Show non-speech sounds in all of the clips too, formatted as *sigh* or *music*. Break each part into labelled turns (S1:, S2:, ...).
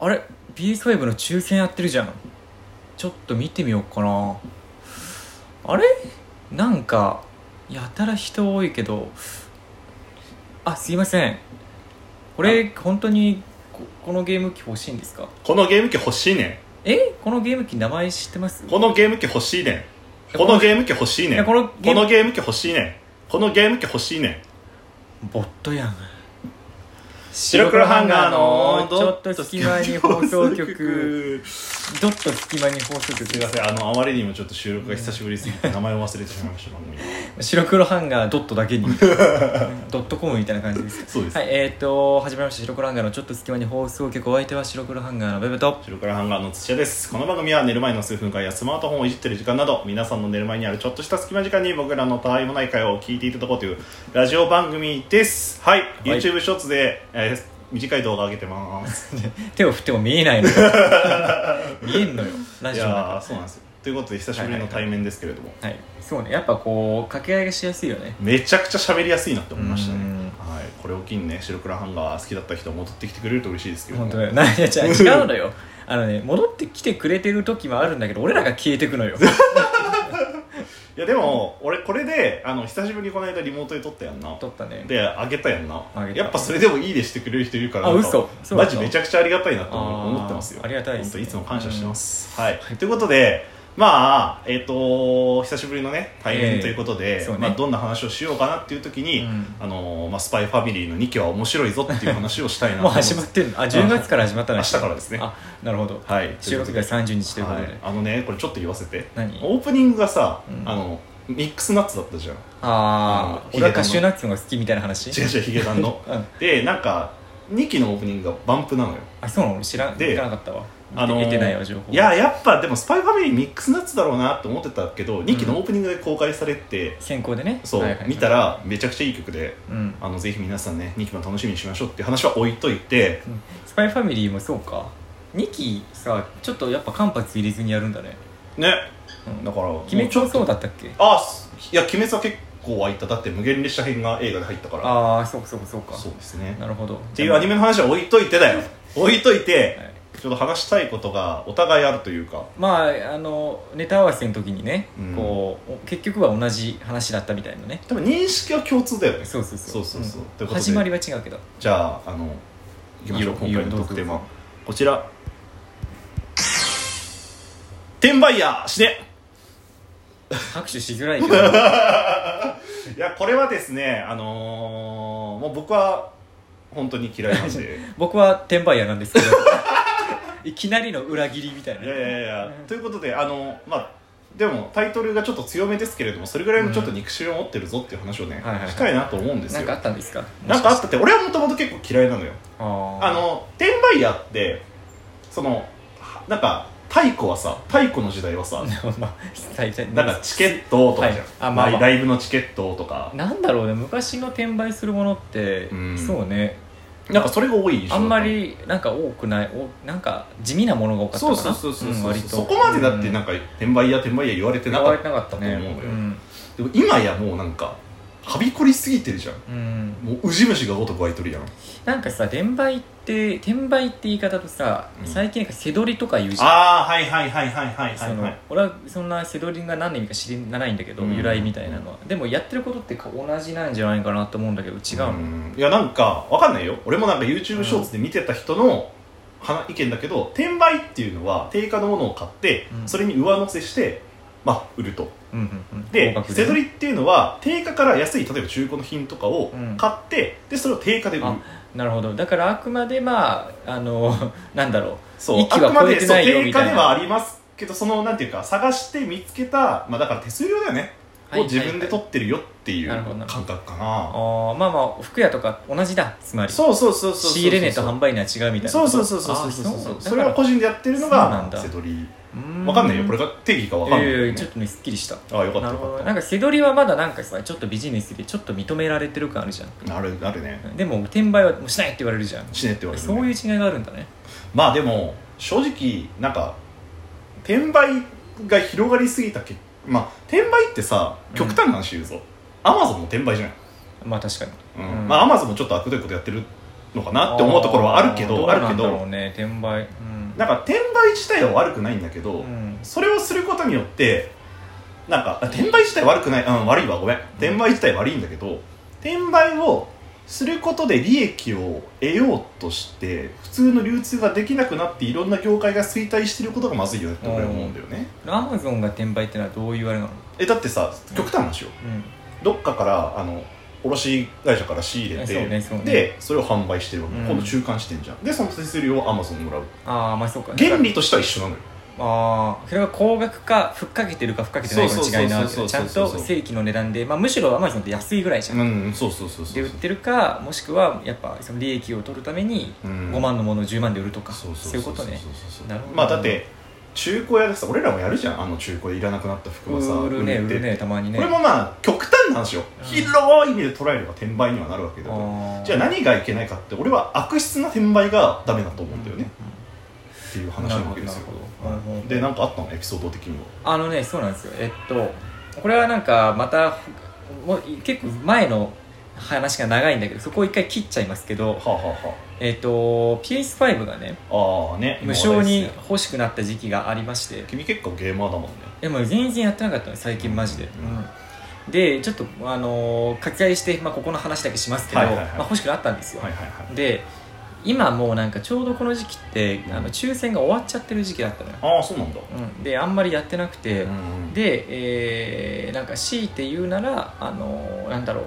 S1: あれ B5 の抽選やってるじゃんちょっと見てみようかなあれなんかやたら人多いけどあすいませんこれ本当にここのゲーム機欲しいんですか
S2: このゲーム機欲しいね
S1: えこのゲーム機名前知ってます
S2: んこのゲーム機欲しいねんこのゲーム機欲しい
S1: い
S2: ね
S1: や
S2: ん
S1: こ
S2: こ
S1: のゲーム
S2: のゲーム機欲しいねんこのゲーム機欲しいねん
S1: ボットやん
S2: 白黒ハンガーの
S1: ちょっと隙間に放送局ドッと隙間に放送局
S2: すいませんあのあまりにもちょっと収録が久しぶりすぎて名前を忘れてしまいました番組
S1: 白黒ハンガードットだ *laughs* けにドットコムみたいな感じです
S2: そうです、
S1: はいえー、と始まりました白黒ハンガーのちょっと隙間に放送局お相手は白黒ハンガーのベベと *laughs*
S2: 白黒ハンガーの土屋ですこの番組は寝る前の数分間やスマートフォンをいじってる時間など皆さんの寝る前にあるちょっとした隙間時間に僕らのたわいもない会話を聞いていただこうというラジオ番組ですはい、YouTube ショーツで、えー短い動画上げてます
S1: 手を振っても見えないの
S2: *laughs*
S1: 見えんのよラ
S2: い
S1: ジオだ
S2: やー
S1: か
S2: そうなんですよということで久しぶりの対面ですけれども、
S1: らはいそうねやっぱこう掛け合いがしやすいよね
S2: めちゃくちゃ喋りやすいなって思いましたね
S1: うん、
S2: はい、これを機にね白黒ハンガー好きだった人戻ってきてくれると嬉しいですけれど
S1: 本
S2: も
S1: 当だよないや違う違うのよあのね戻ってきてくれてる時もあるんだけど俺らが消えてく
S2: *laughs*
S1: のよ
S2: いやでも俺これであの久しぶりにこの間リモートで撮ったやんな
S1: 撮ったね
S2: であげたやんな
S1: あげた
S2: やっぱそれでもいいでしてくれる人いるから
S1: あ
S2: なんか
S1: 嘘そうだ
S2: マ
S1: った
S2: ジめちゃくちゃありがたいなと思
S1: あー
S2: 思ってますよ
S1: ありがたいですね
S2: 本当いつも感謝してます、はい、ということでまあえっ、と久しぶりのね対
S1: ええ
S2: 面ということで、
S1: そうね
S2: まあ、どんな話をしようかなっていう時に、
S1: うん
S2: あのーまあ、スパイファミリーの2期は面白いぞっていう話をしたいなと
S1: もう
S2: 思いま
S1: 始
S2: す
S1: *laughs* まってるのあ10月から始まったの
S2: 明日からですね
S1: あなるほど
S2: はい
S1: 収録日が30日ということで、
S2: はいあのねこれちょっと言わせて
S1: 何
S2: オープニングがさ、
S1: うん
S2: あのミックスナッツだったじゃん
S1: ああ
S2: うん
S1: 俺はカシューナッツの方が好きみたいな話
S2: 違う違うヒゲダ
S1: *laughs*
S2: ンの
S1: うん
S2: でなんか2期のオープニングがバンプなのよ
S1: あそうなの知らん
S2: で
S1: 聞かなかったわ
S2: あのー
S1: 見てないわ情報
S2: いややっぱでも「スパイファミリーミックスナッツだろうなって思ってたけど2期のオープニングで公開されて、
S1: 先行でね
S2: そう、
S1: はいはいはい
S2: 見たらめちゃくちゃいい曲で
S1: うん
S2: あのぜひ皆さんね2期も楽しみにしましょうっていう話は置いといて
S1: スパイファミリーもそうか2期さちょっとやっぱ間髪入れずにやるんだね
S2: ね
S1: うん
S2: だから
S1: 鬼滅
S2: も
S1: も
S2: うちょ
S1: そ
S2: っ
S1: うだったっけ
S2: とあすいや鬼滅は結構湧いただって無限列車編が映画で入ったから
S1: ああそうかそうかそうか
S2: そうですね
S1: なるほどっ
S2: っていうアニメの話は置いといてだよ置いといて、
S1: はい
S2: ちょっと話したいことがお互いあるというか
S1: まああのネタ合わせの時にね、
S2: うん
S1: こうお結局は同じ話だったみたいなね
S2: 多分認識は共通だよね
S1: そうそうそう
S2: そうそうそうとい
S1: ん
S2: うことで
S1: 始まりは違うけど
S2: じゃああのいきましょう
S1: いいよ
S2: 今回の特典
S1: どう
S2: は
S1: ぞ
S2: こちら転売屋死ね
S1: 拍手しづらいけどはい
S2: *laughs* やこれはですねあのーもう僕は本当に嫌いなん *laughs* で
S1: 僕は転売屋なんですけど *laughs* いきなりの裏切りみたいない
S2: やいやいやということであのまあでもタイトルがちょっと強めですけれどもそれぐらいのちょっと憎しみを持ってるぞっていう話をね、
S1: はいはいはい
S2: したいなと思うんです
S1: なん
S2: よ
S1: かあったんですか
S2: なんかあったって俺はもともと結構嫌いなのよ
S1: あー
S2: あの転売屋ってそのはなんか太古はさ太古の時代はさ
S1: *laughs* まあ大体
S2: なんかチケットとかじゃん、
S1: はいあまあまあ
S2: ライブのチケットとか
S1: なんだろうね昔の転売するものって、
S2: うん
S1: そうね
S2: なんかそれが多い印象だ
S1: あ
S2: った
S1: んまりなんか多くないおなんか地味なものが多かったか
S2: そう
S1: な
S2: そうそうそう、
S1: ん割と
S2: そこまでだってなん
S1: か
S2: か転売屋転売屋言われて
S1: 言
S2: なか
S1: われ
S2: った
S1: なかったね
S2: と思うのよ
S1: ん
S2: でも今やもうなんかはびこりすぎてるじゃん
S1: うん
S2: もうウジ虫がごとく湧いとるやん
S1: なんかさ転売って転売って言い方とさ、
S2: うん
S1: 最近なんか背取りとか言うじゃん
S2: ああはいはいはいはいはい
S1: その俺はそんな背取りが何の意味か知らないんだけど、
S2: うん
S1: 由来みたいなのはでもやってることってか同じなんじゃないかなと思うんだけど違うの、
S2: んいやなんかわかんないよ俺もなんか YouTube ショーツで見てた人の話意見だけど転売っていうのは定価のものを買って、
S1: うん
S2: それに上乗せしてまあ売ると
S1: うんうんうん
S2: で
S1: 高額
S2: 背
S1: ね
S2: 取りっていうのは定価から安い例えば中古の品とかを
S1: うん
S2: 買って、でそれを定価で売る
S1: あなるほどだからあくまでまああのなんだろう
S2: そう
S1: 域は
S2: あくま
S1: 超え
S2: で
S1: て
S2: そう
S1: ないよ
S2: 定
S1: みた
S2: 価
S1: いな
S2: ではありますけどそのなんていうか探して見つけた、まあ、だから手数料だよね、
S1: はい
S2: を自分で取ってるよっていう
S1: はいはいなるほどな
S2: 感覚かな
S1: あーまあまあ服屋とか同じだつまり
S2: そうそうそうそうそう
S1: 仕入れ値と販売値は違うみたいな
S2: そうそうそうそうそうそう
S1: あ
S2: そう
S1: だ
S2: それは個人でやってるの
S1: そうな
S2: が
S1: んだ
S2: 背取り
S1: う
S2: わかんないよこれ
S1: が
S2: が定義かわ
S1: 分
S2: かん
S1: かんない
S2: な
S1: い
S2: よ
S1: やい
S2: ね、
S1: やちょっとねすっきりした
S2: ああよかった
S1: なる
S2: よ
S1: ほ
S2: か
S1: ど
S2: っ
S1: なんか背取りはまだなんかさちょっとビジネスでちょっと認められてる感あるじゃん
S2: たなるなるね
S1: でも転売はもうしないって言われるじゃん
S2: 死ねって言われる、ね、
S1: そういう違いがあるんだね
S2: まあでも正直なんか転売が広がりすぎたけまあ転売ってさ極端な話言うぞ、アマゾンも転売じゃない、
S1: まあ確かに
S2: うん
S1: うん
S2: まあアマゾンもちょっと悪どいことやってるのかなって思うところはあるけど
S1: あ
S2: あ
S1: る
S2: る
S1: け
S2: け
S1: どうなんだろ
S2: ど
S1: うね転売うん
S2: なんか転売自体は悪くないんだけど、
S1: うん
S2: それをすることによってなんかあ転売自体悪くないうん悪いわごめん転売自体悪いんだけど転売をすることで利益を得ようとして普通の流通ができなくなっていろんな業界が衰退してることがまずいよねって俺は思うんだよね
S1: アマゾンが転売ってのはどういうあれなの
S2: えだってさ極端な話よ
S1: うん
S2: どっかからあの卸会社から仕入れて
S1: そうねそうね
S2: でそれを販売してるわけ、
S1: うん
S2: 今度中間してんじゃんでその手数料をアマゾンにもらう
S1: ああまあそうか
S2: 原理としては一緒なのよ
S1: ああそれは高額かふっかけてるかふっかけてないかの違いなわけだ
S2: そう
S1: ち
S2: そう
S1: ゃん
S2: そうそうそう
S1: と正規の値段で、まあ、むしろアマゾンって安いぐらいじゃん、
S2: うんそうそうそうそ
S1: で
S2: う
S1: 売ってるかもしくはやっぱその利益を取るために
S2: うん
S1: 5万のものを10万で売るとか、
S2: そう
S1: そういうことね
S2: そうそうそう
S1: なるほど
S2: まあだって中古屋でさ俺らもやるじゃんあの中古でいらなくなった服がさ
S1: 売るね
S2: 売
S1: 売
S2: って
S1: るねたまにね
S2: これもまあ極端な話よ、
S1: うん
S2: 広い意味で捉えれば転売にはなるわけだよ
S1: あー
S2: じゃあ何がいけないかって俺は悪質な転売がダメだと思うんだよね、
S1: うん
S2: っていう話なわけですよ
S1: なるほどなるほど
S2: うんでなんかあったのエピソード的には
S1: あのねそうなんですよえっとこれはなんかまたもう結構前の話が長いんだけどそこを一回切っちゃいますけど
S2: はあ、はあは
S1: えっと PS5 がね
S2: あ、ああね
S1: 無償
S2: 今話題
S1: に
S2: ですね
S1: 欲しくなった時期がありまして
S2: 君結構ゲーマーだもんね
S1: いやもう全然やってなかったの最近マジで、うんでちょっとあのー、書き換えして、まあ、ここの話だけしますけど、
S2: はいはいはい
S1: まあ、欲しくなったんですよ、
S2: はいはいはい
S1: で今もうなんかちょうどこの時期って
S2: うん
S1: あの抽選が終わっちゃってる時期だったのよ、
S2: ああそうなんだ
S1: うん、であんまりやってなくて、
S2: うん
S1: で、えーなんか強いて言うならあのーなんだろう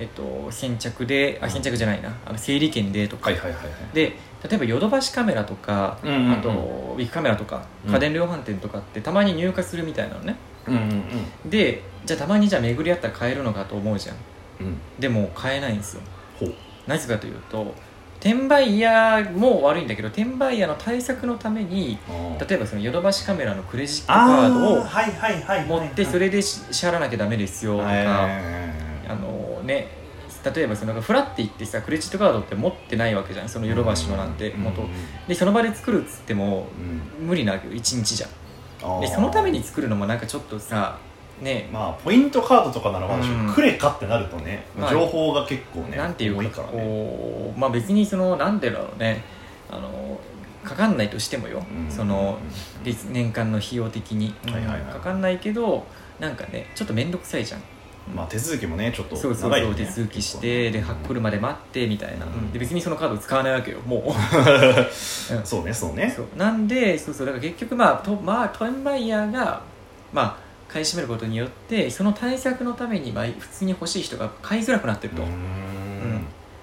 S1: えっと先着であ先着じゃないなあの整理券でとか、
S2: はいはいはいはい
S1: で例えばヨドバシカメラとか、
S2: うんうんうん
S1: あとウィッグカメラとか
S2: うん
S1: 家電量販店とかってたまに入荷するみたいなのね
S2: うんうん
S1: でじゃあたまにじゃあ巡り合ったら買えるのかと思うじゃん
S2: うんうん
S1: でも買えないんですよ
S2: ほう
S1: なぜかというと転売屋も悪いんだけど転売屋の対策のために
S2: ああ
S1: 例えばそのヨドバシカメラのクレジットカードを
S2: はいはいはい
S1: 持ってそれでし支払わなきゃダメですよとか、あのね例えばそのフラって言ってさクレジットカードって持ってないわけじゃんそのヨドバシのなんて元、でその場で作るっつっても無理なわけよ1日じゃんでそのために作るのもなんかちょっとさね
S2: まあポイントカードとかならまだし
S1: うん
S2: もクレカってなるとね
S1: まあ
S2: 情報が結構ね
S1: なんていう
S2: 多
S1: か
S2: いからね
S1: こうまあ別にそのなんでだろうねあのかかんないとしてもよ、
S2: うん
S1: そので年間の費用的に、
S2: はいはいはい
S1: かかんないけどなんかねちょっと面倒くさいじゃん
S2: まあ手続きもねちょっと
S1: そうそう
S2: 長い
S1: そ
S2: よ
S1: う
S2: ね
S1: 手続きしてでは来るまで待ってみたいな、
S2: うん
S1: で別にそのカード使わないわけよ
S2: *laughs*
S1: もううん
S2: そうねそうね
S1: そうなんでそうそうだから結局まあとまあトレンバイヤーがまあ買い占めることによってその対策のために、まあ、普通に欲しい人が買いづらくなってると、
S2: うーん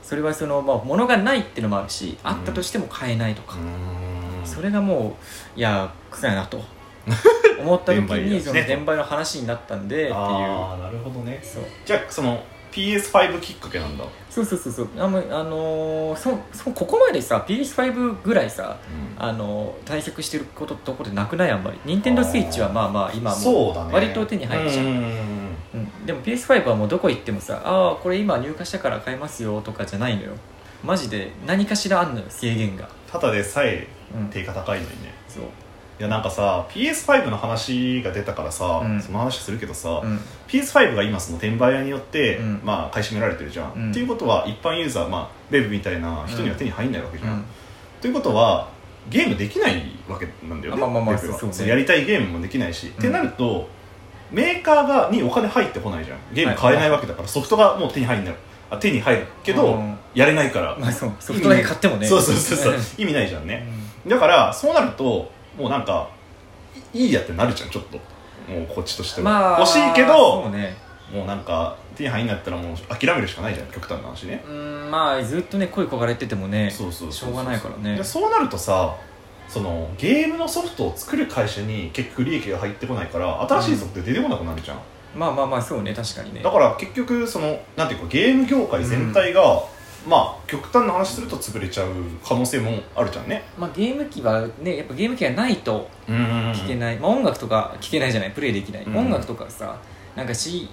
S1: それはその、まあ、物がないっていうのもあるしあったとしても買えないとか、
S2: うーん
S1: それがもういや臭いな
S2: *laughs*
S1: と思った時
S2: 転売ヤーで
S1: に
S2: す
S1: その
S2: ね
S1: 転売の話になったんでっていう
S2: ああなるほどね
S1: そう
S2: じゃあその PS5 きっかけなんだ、
S1: そうそうそうそうあの、あのーそそここまでさ PS5 ぐらいさ、あのー対策してることとこでなくないあんまり任天堂スイッチはまあまあ今も
S2: そうだね
S1: 割と手に入るじゃん
S2: うんうんうん
S1: う、ん、でも PS5 はもうどこ行ってもさああこれ今入荷したから買えますよとかじゃないのよマジで何かしらあんのよ制限が、
S2: ただでさえ
S1: うん、
S2: 定価高いのにね
S1: そう、
S2: いやなんかさ PS5 の話が出たからさ、
S1: うん
S2: その話するけどさ、
S1: うん
S2: PS5 が今その転売屋によって、
S1: うん
S2: まあ、買い占められてるじゃん、
S1: うん
S2: っていうことは一般ユーザー、まあ、ベブみたいな人には手に入んないわけじ
S1: う
S2: ゃん、
S1: ん、
S2: ということはゲームできないわけなんだよね、
S1: まあまあまあ
S2: ベブは
S1: そうそうね
S2: そのやりたいゲームもできないし、ってなるとメーカーがにお金入ってこないじゃんゲーム買えないわけだから、ソフトがもう手に入んないあ手に入るけど、
S1: うん
S2: やれないから、
S1: まあそうソフトだけ買ってもね
S2: そうそうそうそう
S1: う
S2: 意味ないじゃんね、
S1: ん
S2: だからそうなるともうなんかいいいやってなるじゃんちょっともうこっちとしては、
S1: まあ
S2: 欲しいけ
S1: そう
S2: ど
S1: ね
S2: もうなんか手に入んなったらもう諦めるしかないじゃん極端な話ね、
S1: うんまあずっとね声焦がれててもね
S2: そうそうそ
S1: し
S2: うそう
S1: ょうがないからね
S2: でそうなるとさそのゲームのソフトを作る会社に結局利益が入ってこないから新しいソフト出てこなくなるじゃん、
S1: まあまあまあそうね確かにね
S2: だから結局そのなんていうかゲーム業界全体が、まあ極端な話すると潰れちゃう可能性もあるじゃんね
S1: まあ、ゲーム機はねやっぱゲーム機がないと
S2: うん
S1: 聴けない、まあ、音楽とか聴けないじゃないプレイできない、
S2: うん
S1: 音楽とかさなんか CD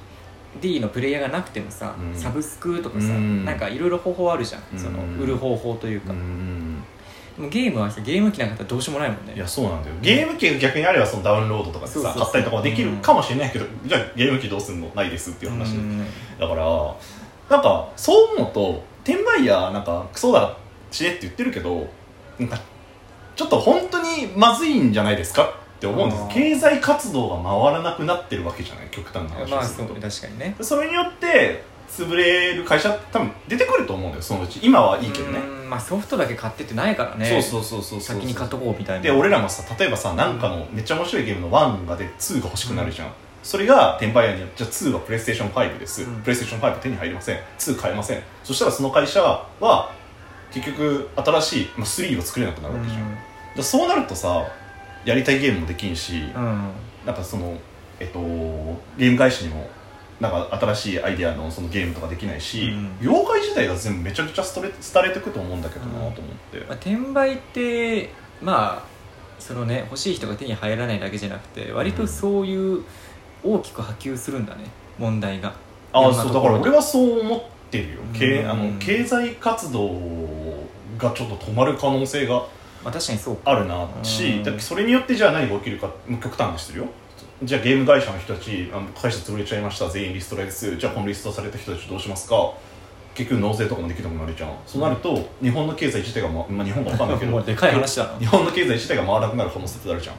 S1: のプレイヤーがなくてもさ、
S2: うん
S1: サブスクとかさ、
S2: うん
S1: なんかいろいろ方法あるじゃん、
S2: うん
S1: その売る方法というか、
S2: うん
S1: でもゲームはさゲーム機なんかだったらどうしようもないもんね
S2: いやそうなんだよゲーム機が逆にあればそのダウンロードとかで
S1: そうそうそ
S2: さ
S1: う
S2: 買ったりとかできるかもしれないけどじゃあゲーム機どうすんのないですっていう話
S1: うん
S2: だからなんかそう思うと転売ヤーなんかクソだ死ねって言ってるけどなんかちょっと本当にまずいんじゃないですかって思うんで
S1: あ
S2: す
S1: ー
S2: 経済活動が回らなくなってるわけじゃない極端な話
S1: ま
S2: を
S1: あ
S2: す
S1: そ
S2: る
S1: う
S2: と、
S1: 確かにね
S2: それによって潰れる会社って多分出てくると思うんだよそのうち今はいいけどね
S1: う、んまあソフトだけ買ってってないからね
S2: そうそうそうそうそう
S1: 先に買っとこうみたいな
S2: で俺らもさ例えばさなんかのめっちゃ面白いゲームの1が出て2が欲しくなるじゃん、それが転売屋によってじゃあ2はプレイステーション5です、
S1: うん
S2: プレイステーション5手に入りません2買えませんそしたらその会社は結局新しい、まあ、3を作れなくな
S1: う
S2: る
S1: ん
S2: わけじゃん、だからそうなるとさやりたいゲームもできんし、
S1: うん
S2: なんかそのえっとゲーム会社にもなんか新しいアイデアのそのゲームとかできないし、
S1: うん
S2: 業界自体が全部めちゃくちゃ廃れ廃れてくと思うんだけどなと思って、
S1: まあ、転売ってまあそのね欲しい人が手に入らないだけじゃなくて割とそういう大きく波及するんだね問題が
S2: あ
S1: いろんな
S2: そう
S1: と
S2: だか
S1: こ
S2: ら
S1: ろ
S2: 俺はそう思ってるよ、け
S1: うん
S2: あの経済活動がちょっと止まる可能性が
S1: まあ確かにそうか
S2: あるなし、
S1: うん
S2: だってそれによってじゃあ何が起きるか極端にしてるよじゃあゲーム会社の人たちあの会社潰れちゃいました全員リストラですじゃあこのリストされた人たちどうしますか結局納税とかもできなくなるじゃんそうなると日本の経済自体が、ままあ、日本が分かんないけ
S1: も
S2: ど
S1: うでかい話だな
S2: 日本の経済自体が回らなくなる可能性ってあるじゃん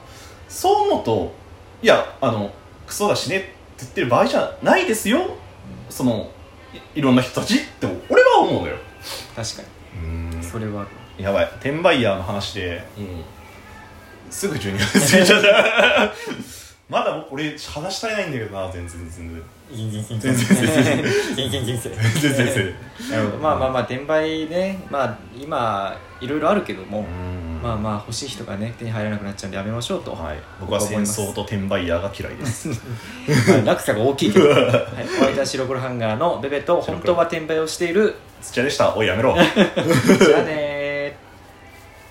S2: そう思うといやあのクソだしねって言ってる場合じゃないですよそのいいろんな人たちって俺は思うのよ
S1: 確か
S2: うん
S1: にそれはある
S2: やばい転売ヤーの話で、すぐ12月過ぎちゃった *laughs* まだ僕俺話したいないんだけどな全然全然
S1: 全然全
S2: 然全
S1: 全然全
S2: 然
S1: 然
S2: 全然全然
S1: *laughs* まあまあまあ転売ねまあ今いろいろあるけども、まあ
S2: ま
S1: まあ欲しい人がね手に入らなくなっちゃうんでやめましょうと、
S2: あはい僕は戦争と転売ヤーが嫌いです
S1: まあ落差が大きいけど、はい、お相手は白黒ハンガーのベベと本当は転売をしている
S2: 土屋でしたおいやめろ
S1: じゃあねー